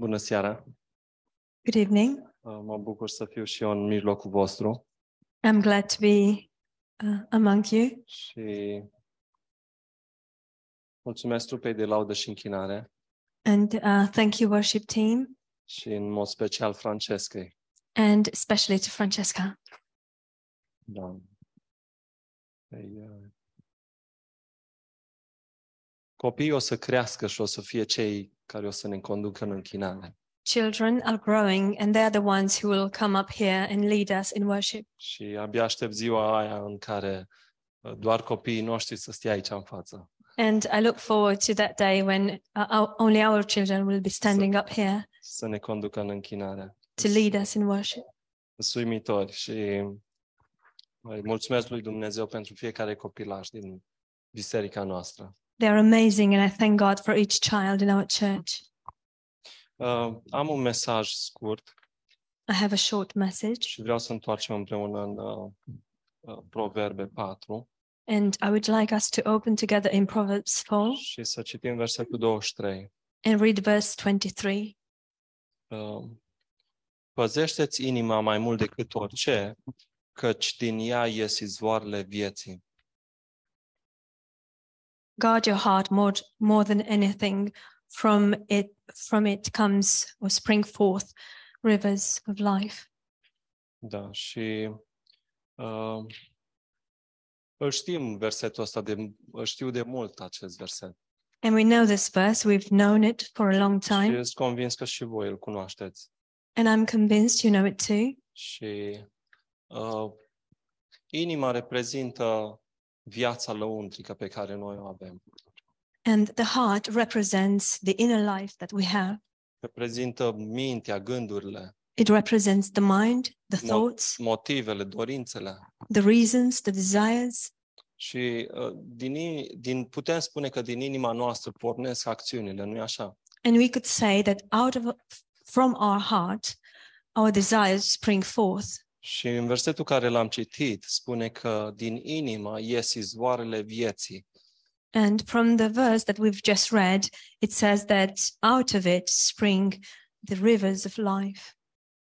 Bună seara! Good evening. Uh, Mă bucur să fiu și eu în mijlocul vostru I'm glad to be uh, among you. și mulțumesc trupei de laudă și închinare And uh, thank you, worship team, și în mod special Francescăi. and especially to Francesca. Da. Ei, uh, Copiii o să crească și o să fie cei care o să ne conducă în închinare. Children are growing, and they're the ones who will come up here and lead us in worship. Și abia aștept ziua aia în care uh, doar copiii noștri să stea aici în față. And I look forward to that day when uh, our, only our children will be standing up here să ne conducă în închinare. to lead us in worship. Sunt uimitori și îi mulțumesc lui Dumnezeu pentru fiecare copilaj din biserica noastră. They are amazing, and I thank God for each child in our church. Uh, am un mesaj scurt I have a short message, și vreau să întoarcem împreună în uh, uh, Proverbe 4 and I would like us to open together in Proverbs 4 și să citim versetul 23. and read verse 23. Uh, Păzește-ți inima mai mult decât orice, căci din ea ies izvoarele vieții. guard your heart more more than anything from it from it comes or spring forth rivers of life Da, și uh, îl știm versetul ăsta, de, îl știu de mult acest verset. and we know this verse we've known it for a long Și time sunt convins că și voi îl cunoașteți. and i'm convinced you know it too Și uh, inima reprezintă viața lăuntrică pe care noi o avem. and the heart represents the inner life that we have Reprezintă mintea, gândurile, it represents the mind the Mo- thoughts motivele, dorințele. the reasons the desires Și uh, din, i- din, putem spune că din inima noastră pornesc acțiunile, nu-i așa? and we could say that out of from our heart our desires spring forth Și în versetul care l-am citit spune că din inima ies izvoarele vieții. And from the verse that we've just read, it says that out of it spring the rivers of life.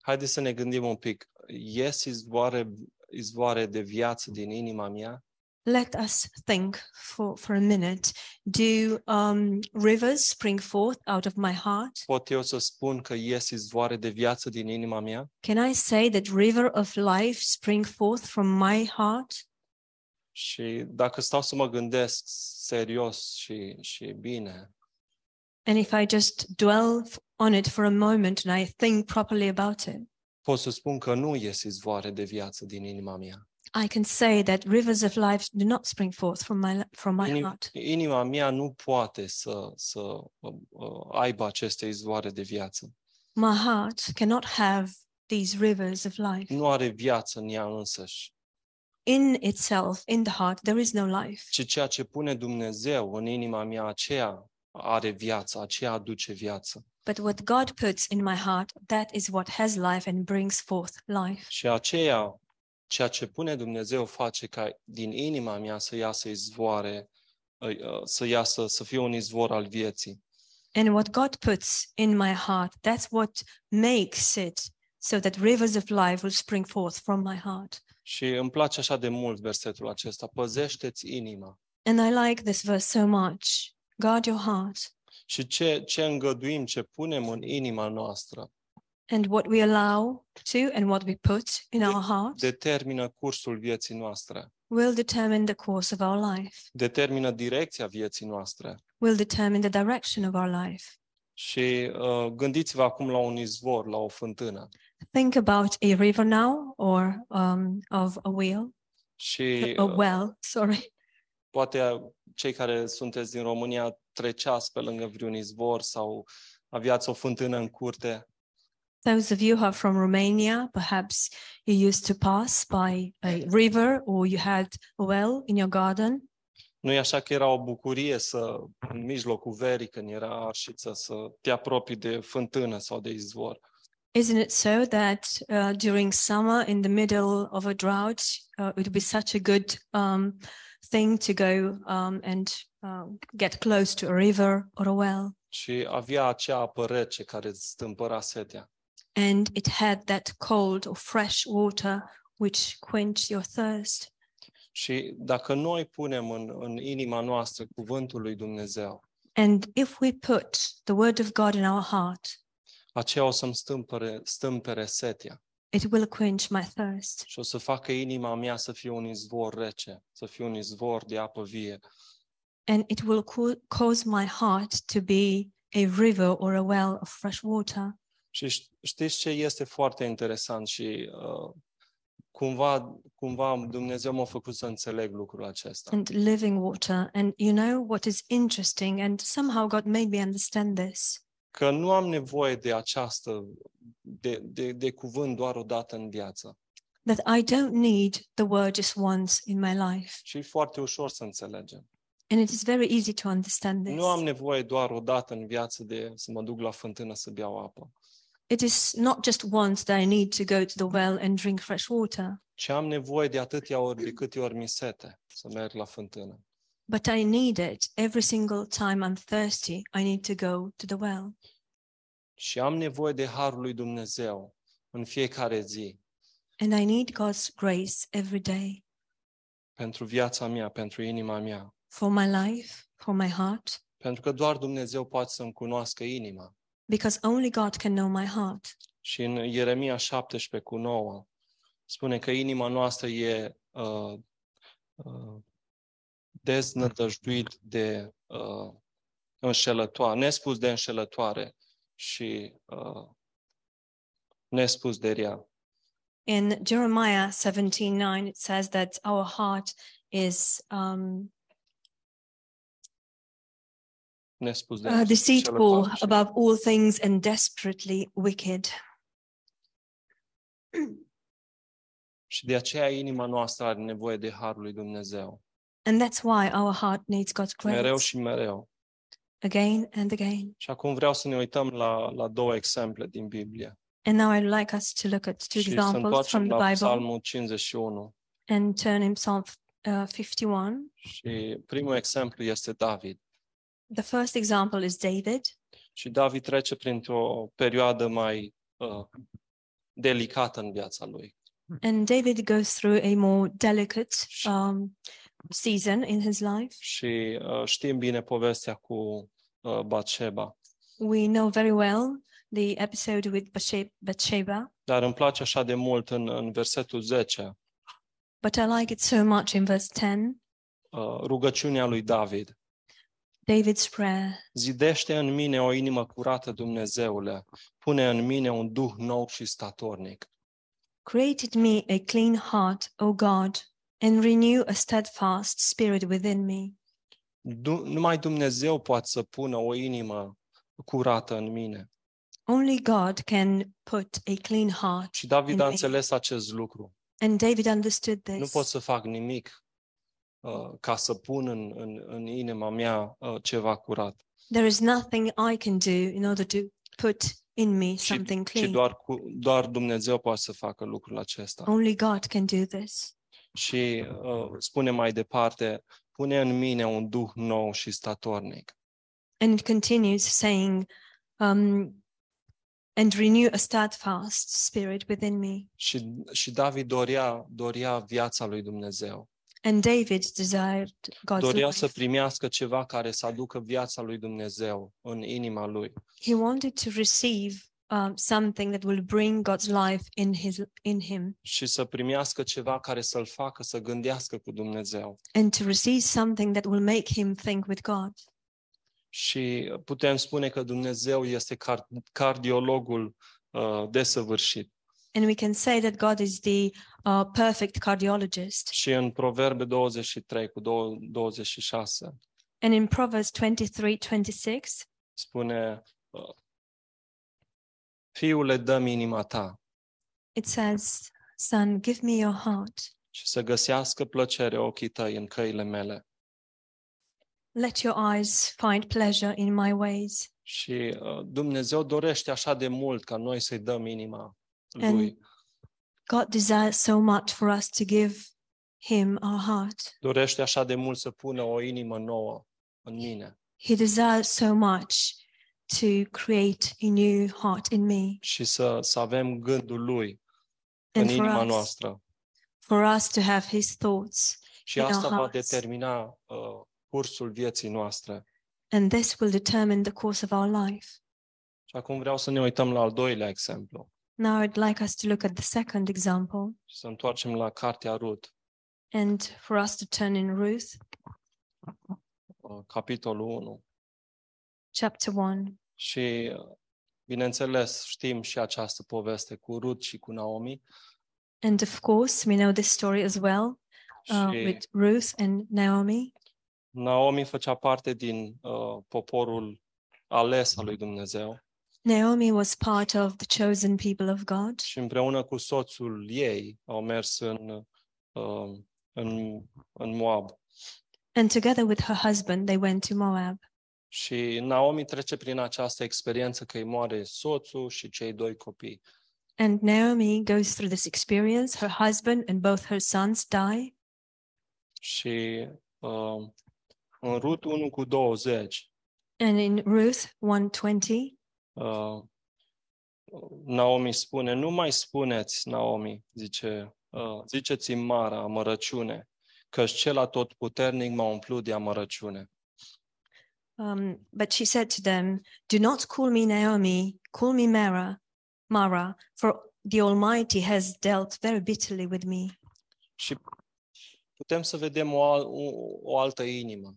Haideți să ne gândim un pic. Ies izvoare, izvoare de viață din inima mea? Let us think for, for a minute. Do um, rivers spring forth out of my heart? Pot eu să spun că ies izvoare de viață din inima mea? Can I say that river of life spring forth from my heart? Și dacă stau să mă gândesc serios și, și bine, And if I just dwell f- on it for a moment and I think properly about it, pot să spun că nu ies izvoare de viață din inima mea. I can say that rivers of life do not spring forth from my from my Inim- heart. Inima mea nu poate să, să uh, uh, aibă aceste izvoare de viață. My heart cannot have these rivers of life. nu are viață în ea însăși, in itself, in the heart, there is no life. ci ceea ce pune Dumnezeu în inima mea, aceea are viață, aceea aduce viață. But what God puts in my heart, that is what has life and brings forth life. Și aceea, ceea ce pune Dumnezeu face ca din inima mea să iasă izvoare, uh, uh, să iasă, să fie un izvor al vieții. And what God puts in my heart, that's what makes it so that rivers of life will spring forth from my heart. Și îmi place așa de mult versetul acesta, păzește-ți inima. And I like this verse so much. Guard your heart. Și ce, ce îngăduim, ce punem în inima noastră, And what we allow to and what we put in our heart determină cursul vieții noastre, will determine the course of our life, determină direcția vieții noastre. will determine the direction of our life. Și uh, gândiți-vă acum la un izvor, la o fântână. Think about a river now or um, of a wheel, Și a uh, Oh, well, sorry. poate cei care sunteți din România treceați pe lângă vreun izvor sau aveați o fântână în curte Those of you who are from Romania, perhaps you used to pass by a river or you had a well in your garden. nu e așa că era o bucurie să, în mijlocul verii, când era arșiță, să te apropii de fântână sau de izvor. Isn't it so that uh, during summer, in the middle of a drought, uh, it would be such a good um, thing to go um, and uh, get close to a river or a well? și avea acea apă rece care îți stâmpăra setea. and it had that cold or fresh water which quenched your thirst. Și dacă noi punem în, în inima noastră cuvântul lui Dumnezeu, And if we put the word of God in our heart, aceea o să-mi stâmpere, stâmpere setea it will quench my thirst și o să facă inima mea să fie un izvor rece, să fie un izvor de apă vie. and it will co- cause my heart to be a river or a well of fresh water. Și ș- știți ce este foarte interesant și uh, cumva, cumva Dumnezeu m-a făcut să înțeleg lucrul acesta. and living water. And you know what is interesting, and somehow God made me understand this Că nu am nevoie de această, de, de, de cuvânt doar o dată în viață. that I don't need the word just once in my life. Și e foarte ușor să înțelegem. And it is very easy to understand this. Nu am nevoie doar o dată în viață de să mă duc la fântână să beau apă. It is not just once that I need to go to the well and drink fresh water, Și am nevoie de atâtea ori, de câte ori mi sete să merg la fântână. but I need it every single time I'm thirsty. I need to go to the well. Și am nevoie de harul lui Dumnezeu în fiecare zi, And I need God's grace every day pentru viața mea, pentru inima mea. for my life, for my heart, Pentru că doar Dumnezeu poate să-mi cunoască inima. because only God can know my heart. Și în Ieremia 17 cu 9 spune că inima noastră e uh, uh, deznădăjduit de uh, înșelătoare, nespus de înșelătoare și uh, nespus de rea. In Jeremiah 17:9, it says that our heart is um, Nespus de uh, deceitful înșelătoare și- above all things and desperately wicked. Și de aceea inima noastră are nevoie de Harul lui Dumnezeu. And that's why our heart needs God's Mereu grace și mereu. again and again. Și acum vreau să ne uităm la, la două exemple din Biblie. And now I'd like us to look at two și să examples întoarcem from la the Bible Psalmul 51. and turn in Psalm uh, 51. Și primul exemplu este David. The first example is David, Și David trece printr-o perioadă mai uh, delicată în viața lui. and David goes through a more delicate um, season in his life. Și uh, știm bine povestea cu uh, Bathsheba. We know very well the episode with Bathshe- Bathsheba, Dar îmi place așa de mult în, în versetul 10, but I like it so much in verse 10, uh, rugăciunea lui David. David's prayer. Zidește în mine o inimă curată, Dumnezeule. Pune în mine un duh nou și statornic. Created me a clean heart, O God, and renew a steadfast spirit within me. Du- numai Dumnezeu poate să pună o inimă curată în mine. Only God can put a clean heart. Și David a Amin. înțeles acest lucru. And David understood Nu this. pot să fac nimic uh, ca să pun în, în, în inima mea uh, ceva curat, There is nothing I can do in order to put in me Ci- something ci clean. doar, cu, doar Dumnezeu poate să facă lucrul acesta. Only God can do this. Și uh, spune mai departe, pune în mine un duh nou și statornic. And it continues saying, um, and renew a steadfast spirit within me. Și, și David dorea, dorea viața lui Dumnezeu. And David desired God's Dorea să life. primească ceva care să aducă viața lui Dumnezeu în inima lui. He wanted to receive um, something that will bring God's life in his in him, și să primească ceva care să-l facă să gândească cu Dumnezeu. and to receive something that will make him think with God. Și putem spune că Dumnezeu este car- cardiologul uh, desăvârșit. And we can say that God is the uh, perfect cardiologist. Și în Proverbe 23 cu dou- 26 And in Proverbs 23 26, spune uh, Fiule, dăm inima ta it says, Son, give me your heart. și să găsească plăcere ochii tăi în căile mele. Let your eyes find pleasure in my ways. Și uh, Dumnezeu dorește așa de mult ca noi să-i dăm inima And- lui. God desires so much for us to give Him our heart. Dorește așa de mult să pună o inimă nouă în mine. He desires so much to create a new heart in me și să, să avem gândul Lui în and for inima us, noastră. for us to have His thoughts. Și in our asta va hearts. determina uh, cursul vieții noastre. And this will determine the course of our life. Și acum vreau să ne uităm la al doilea exemplu Now, I'd like us to look at the second example și să întoarcem la cartea Rut, and for us to turn in Ruth uh, capitolul 1. chapter 1. Și, uh, bineînțeles, știm și această poveste cu Rut și cu Naomi. And of course, we know this story as well uh, Și with Ruth and Naomi. Naomi făcea parte din uh, poporul ales al lui Dumnezeu Naomi was part of the chosen people of God, și împreună cu soțul ei au mers în, uh, în, în Moab. and together with her husband, they went to Moab. Și Naomi trece prin această experiență că îi moare soțul și cei doi copii. And Naomi goes through this experience. Her husband and both her sons die. Și uh, în Rut 1 cu 20, And in Ruth 120, uh, Naomi spune, nu mai spuneți, Naomi, zice, uh, ziceți Mara, amărăciune, căci cel puternic m-a umplut de amărăciune. um, but she said to them, Do not call me Naomi, call me Mara, Mara, for the Almighty has dealt very bitterly with me. Și putem să vedem o, al- o, o altă inimă.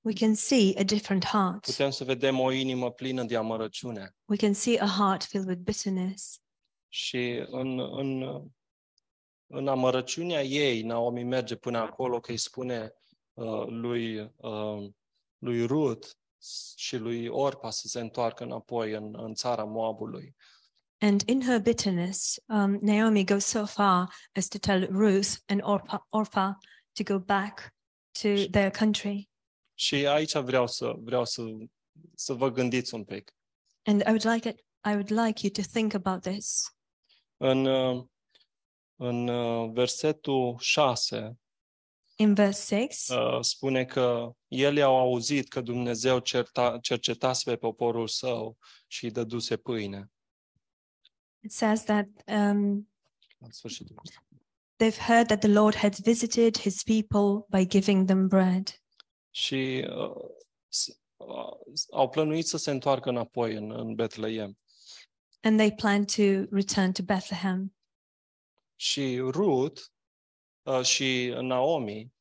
We can see a different heart. Putem să vedem o inimă plină de amărăciune. We can see a heart filled with bitterness. Și în, în, în amărăciunea ei, Naomi merge până acolo că îi spune uh, lui, uh, lui Ruth și lui Orpa să se întoarcă înapoi în, în țara Moabului. And in her bitterness, um, Naomi goes so far as to tell Ruth and Orpah, Orpah to go back to their country. Și aici vreau să vreau să, să vă gândiți un pic. And I would like it. I would like you to think about this. În, uh, în uh, versetul 6 In verse six, uh, spune că ele au auzit că Dumnezeu certa, cercetase pe poporul său și îi dăduse pâine. it says that um, La sfârșitul they've heard that the Lord had visited His people by giving them bread, și uh, s- uh, s- au plănuit să se întoarcă înapoi în, în Betleem. and they planned to return to Bethlehem. Și Ruth uh, și Naomi,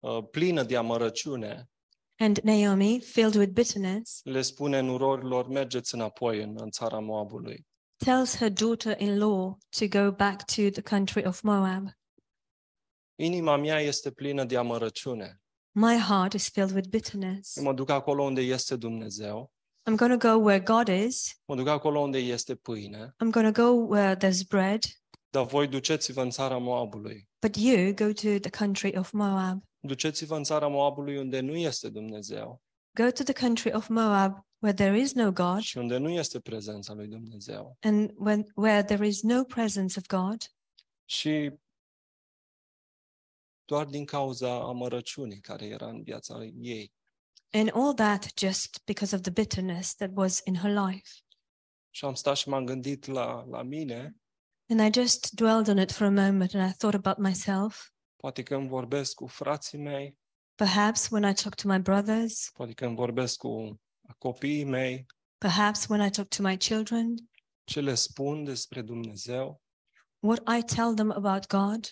uh, plină de amărăciune, And Naomi, filled with bitterness, le spune nurorilor, mergeți înapoi în, în țara Moabului. tells her daughter-in-law to go back to the country of Moab. Inima mea este plină de amărăciune. My heart is filled with bitterness. Mă duc acolo unde este Dumnezeu, I'm going to go where God is. mă duc acolo unde este pâine, I'm going to go where there's bread. dar voi duceți-vă în țara Moabului. But you go to the country of Moab. Duceți-vă în țara Moabului unde nu este Dumnezeu Go to the country of Moab where there is no God și unde nu este prezența lui Dumnezeu. and when, where there is no presence of God. Și doar din cauza amărăciunii care era în viața ei. And all that just because of the bitterness that was in her life. Și am stat și m-am gândit la, la mine, And I just dwelled on it for a moment and I thought about myself. poate că îmi vorbesc cu frații mei, Perhaps when I talk to my brothers, poate că îmi vorbesc cu copiii mei, perhaps when I talk to my children, ce le spun despre Dumnezeu, what I tell them about God,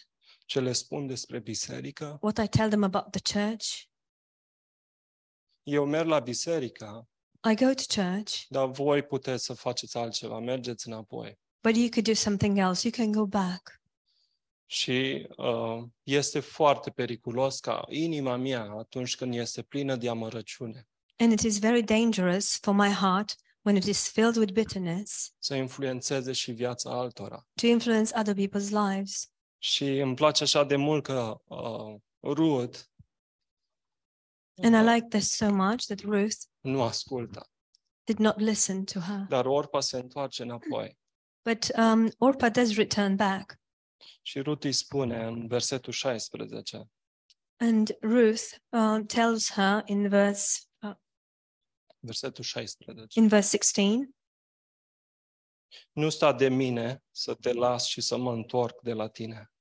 ce le spun despre biserică. what I tell them about the church. Eu merg la biserică, I go to church, dar voi puteți să faceți altceva, mergeți înapoi. but you could do something else. You can go back. Și uh, este foarte periculos ca inima mea, atunci când este plină de amărăciune, And it is very dangerous for my heart when it is filled with bitterness să influențeze și viața altora. to influence other people's lives. Și îmi place așa de mult că uh, Ruth And I uh, like this so much that Ruth nu ascultă, did not listen to her. dar Orpa se întoarce înapoi. But um, Orpah does return back. Și Ruth îi spune în versetul 16, And Ruth um, tells her in verse uh, versetul 16. In verse 16, Nu sta de mine să te las și să mă întorc de la tine.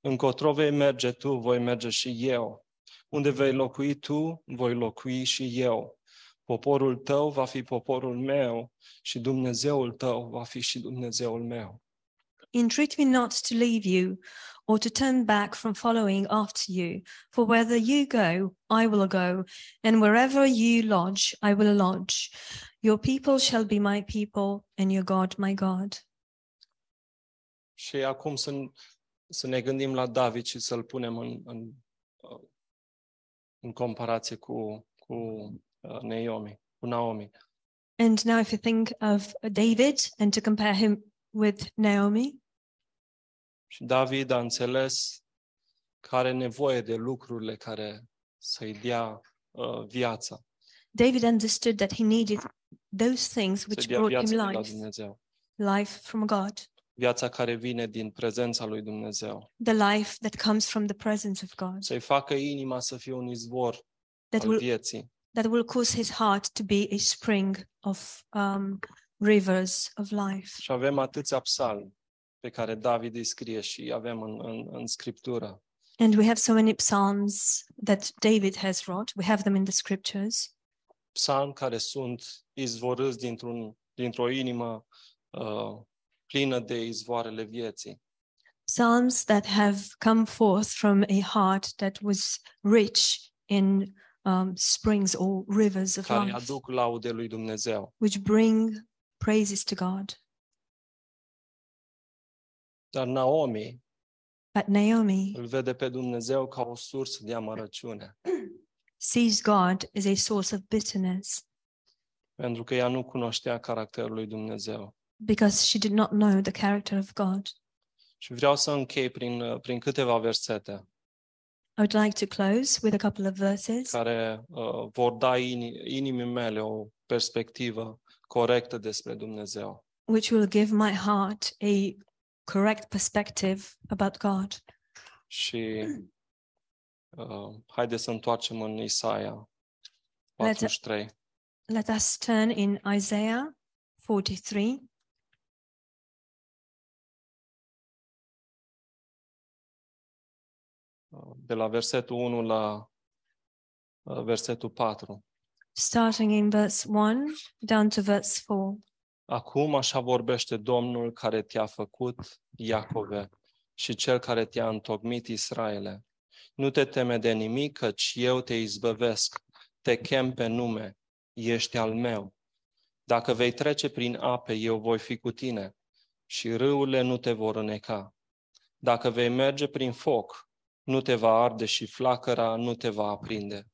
Încotro vei merge tu, voi merge și eu. Unde vei locui tu, voi locui și eu. Poporul tău va fi poporul meu și Dumnezeul tău va fi și Dumnezeul meu. entreat me not to leave you or to turn back from following after you. For whether you go, I will go, and wherever you lodge, I will lodge. Your people shall be my people, and your God my God. Și acum să, să ne gândim la David și să-l punem în, în, uh, în comparație cu, cu uh, Naomi, cu Naomi. And now, if you think of David and to compare him with Naomi, Și David a înțeles că are nevoie de lucrurile care să-i dea uh, viața, David understood that he needed those things să-i which dea brought him viața de la life, Dumnezeu. life from God, Viața care vine din prezența lui Dumnezeu. the life that comes from the presence of God, Să-i facă inima să fie un izvor that al will vieții. that will cause his heart to be a spring of um, rivers of life. Și avem atâția psalmi pe care David îi scrie și avem în, în, în Scriptură. And we have so many psalms that David has wrought. We have them in the scriptures, psalmi care sunt izvorâți dintr-un, dintr-o inimă uh, plină de izvoarele vieții. psalms that have come forth from a heart that was rich in um, springs or rivers of care life, aduc laude lui Dumnezeu. which bring praises to God. Dar Naomi But Naomi îl vede pe Dumnezeu ca o sursă de amărăciune, sees God as a source of bitterness pentru că ea nu cunoștea caracterul lui Dumnezeu. because she did not know the character of God. Și vreau să închei prin, uh, prin câteva versete I would like to close with a couple of verses. care uh, vor da in, inimii mele o perspectivă corectă despre Dumnezeu. which will give my heart a correct perspective about God. Și uh, haideți să întoarcem în Isaia Lete- 43. Let us turn in Isaiah 43. uh, de la versetul 1 la uh, versetul 4. Starting in verse 1 down to verse 4. Acum așa vorbește Domnul care te-a făcut Iacove și cel care te-a întocmit Israele. Nu te teme de nimic, căci eu te izbăvesc, te chem pe nume, ești al meu. Dacă vei trece prin ape, eu voi fi cu tine și râurile nu te vor îneca. Dacă vei merge prin foc, nu te va arde și flacăra nu te va aprinde.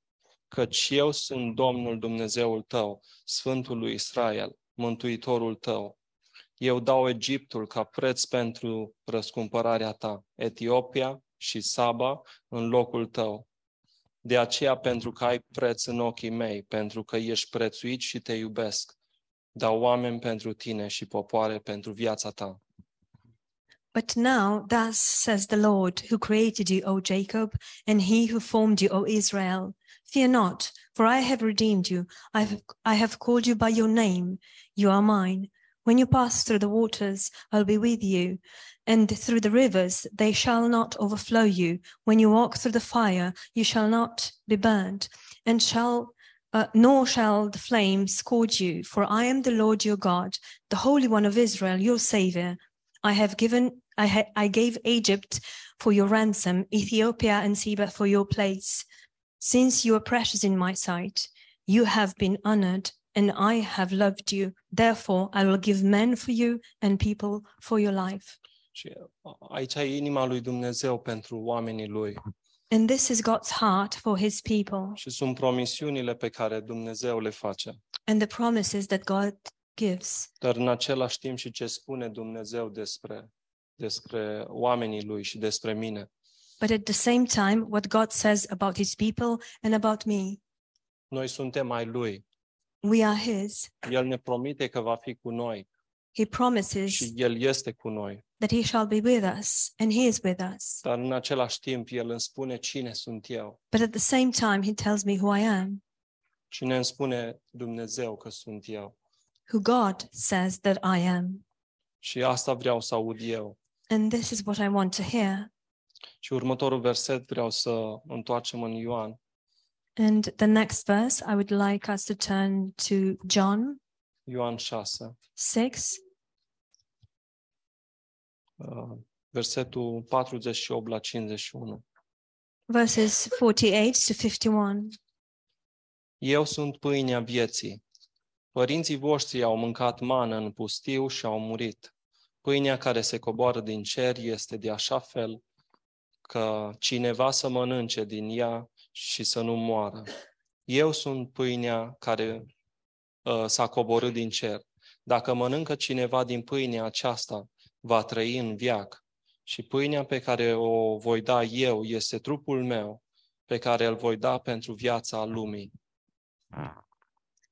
Căci eu sunt Domnul Dumnezeul tău, Sfântul lui Israel, Mântuitorul tău. Eu dau Egiptul ca preț pentru răscumpărarea ta, Etiopia și Saba în locul tău. De aceea, pentru că ai preț în ochii mei, pentru că ești prețuit și te iubesc, dau oameni pentru tine și popoare pentru viața ta. But now, thus says the Lord, who created you, O Jacob, and he who formed you, O Israel. Fear not, for I have redeemed you. I have, I have called you by your name. You are mine. When you pass through the waters, I'll be with you, and through the rivers, they shall not overflow you. When you walk through the fire, you shall not be burned, and shall uh, nor shall the flame scourge you, for I am the Lord your God, the Holy One of Israel, your Savior. I have given, I, ha- I gave Egypt for your ransom, Ethiopia and Seba for your place. Since you are precious in my sight, you have been honored, and I have loved you. Therefore, I will give men for you and people for your life. Și aici e inima lui Dumnezeu pentru oamenii lui. And this is God's heart for his people Și sunt promisiunile pe care Dumnezeu le face. and the promises that God gives. dar în același timp și ce spune Dumnezeu despre, despre oamenii lui și despre mine. But at the same time, what God says about his people and about me, Noi suntem ai lui. we are his. El ne promite că va fi cu noi He promises și el este cu noi, that he shall be with us, and he is with us. dar în același timp el îmi spune cine sunt eu. But at the same time, he tells me who I am. Cine îmi spune Dumnezeu că sunt eu? who God says that I am. Și asta vreau să aud eu. And this is what I want to hear. Și următorul verset vreau să întoarcem în Ioan. And the next verse, I would like us to turn to John Ioan 6, 6, uh, versetul 48 la 51. verses 48 to 51. Eu sunt pâinea vieții. Părinții voștri au mâncat mană în pustiu și au murit. Pâinea care se coboară din cer este de așa fel că cineva să mănânce din ea și să nu moară. Eu sunt pâinea care uh, s-a coborât din cer. Dacă mănâncă cineva din pâinea aceasta, va trăi în viac. Și pâinea pe care o voi da eu este trupul meu, pe care îl voi da pentru viața lumii.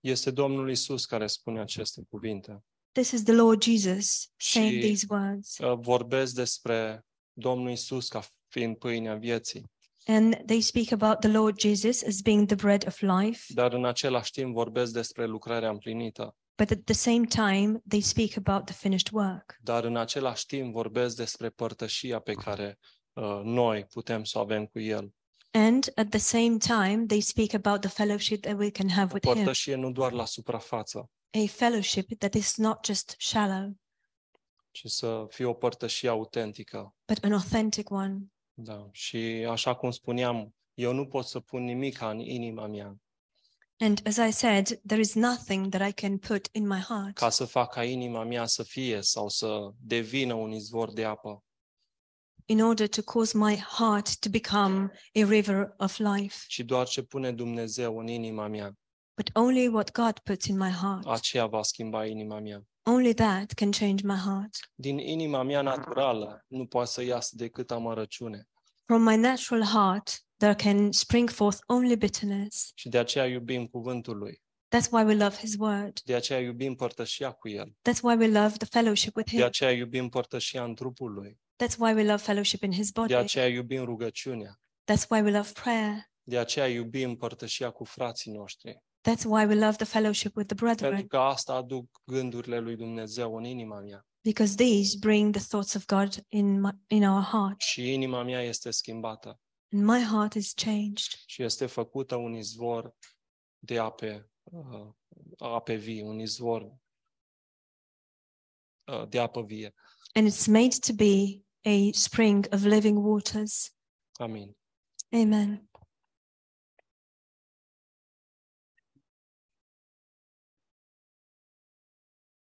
Este Domnul Isus care spune aceste cuvinte. This is the Lord Jesus saying Și- these words. Uh, Vorbesc despre Domnul Isus ca fiind pâinea vieții, And they speak about the Lord Jesus as being the bread of life, dar în același timp vorbesc despre lucrarea împlinită, but at the same time, they speak about the finished work. dar în același timp vorbesc despre părtășia pe care uh, noi putem să o avem cu El. And at the same time, they speak about the fellowship that we can have O with Him, părtășie nu doar la suprafață, a fellowship that is not just shallow, ci să fie o părtășie autentică. but an authentic one. Da. Și așa cum spuneam, eu nu pot să pun nimic în inima mea And as I said, there is nothing that I can put in my heart ca să fac ca inima mea să fie sau să devină un izvor de apă. in order to cause my heart to become a river of life, ci doar ce pune Dumnezeu în inima mea, but only what God puts in my heart. aceea va schimba inima mea. Only that can change my heart. Din inima mea naturală nu poate să iasă decât amărăciune. From my natural heart, there can spring forth only bitterness. Și de aceea iubim cuvântul Lui, That's why we love His word. de aceea iubim părtășia cu El, That's why we love the fellowship with de Him. aceea iubim părtășia în trupul Lui, That's why we love fellowship in His de body. aceea iubim rugăciunea, That's why we love prayer. de aceea iubim părtășia cu frații noștri. That's why we love the fellowship with Pentru the brethren, că asta aduc gândurile Lui Dumnezeu în inima mea. because these bring the thoughts of God in my, in our heart. Și inima mea este schimbată And my heart is changed, și este făcută un izvor de ape, uh, ape vii, un izvor uh, de apă vie. and it's made to be a spring of living waters. Amin. Amen.